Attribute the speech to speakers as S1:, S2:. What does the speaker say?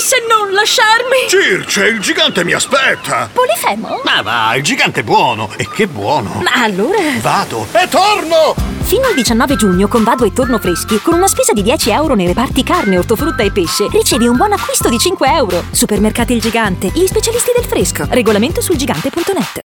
S1: se non lasciarmi!
S2: Circe, cioè, il gigante mi aspetta!
S1: Polifemo?
S2: Ma va, il gigante è buono! E che buono!
S1: Ma allora...
S2: Vado e torno!
S3: Fino al 19 giugno con Vado e Torno Freschi, con una spesa di 10 euro nei reparti carne, ortofrutta e pesce, ricevi un buon acquisto di 5 euro. Supermercati Il Gigante, gli specialisti del fresco. Regolamento sul gigante.net.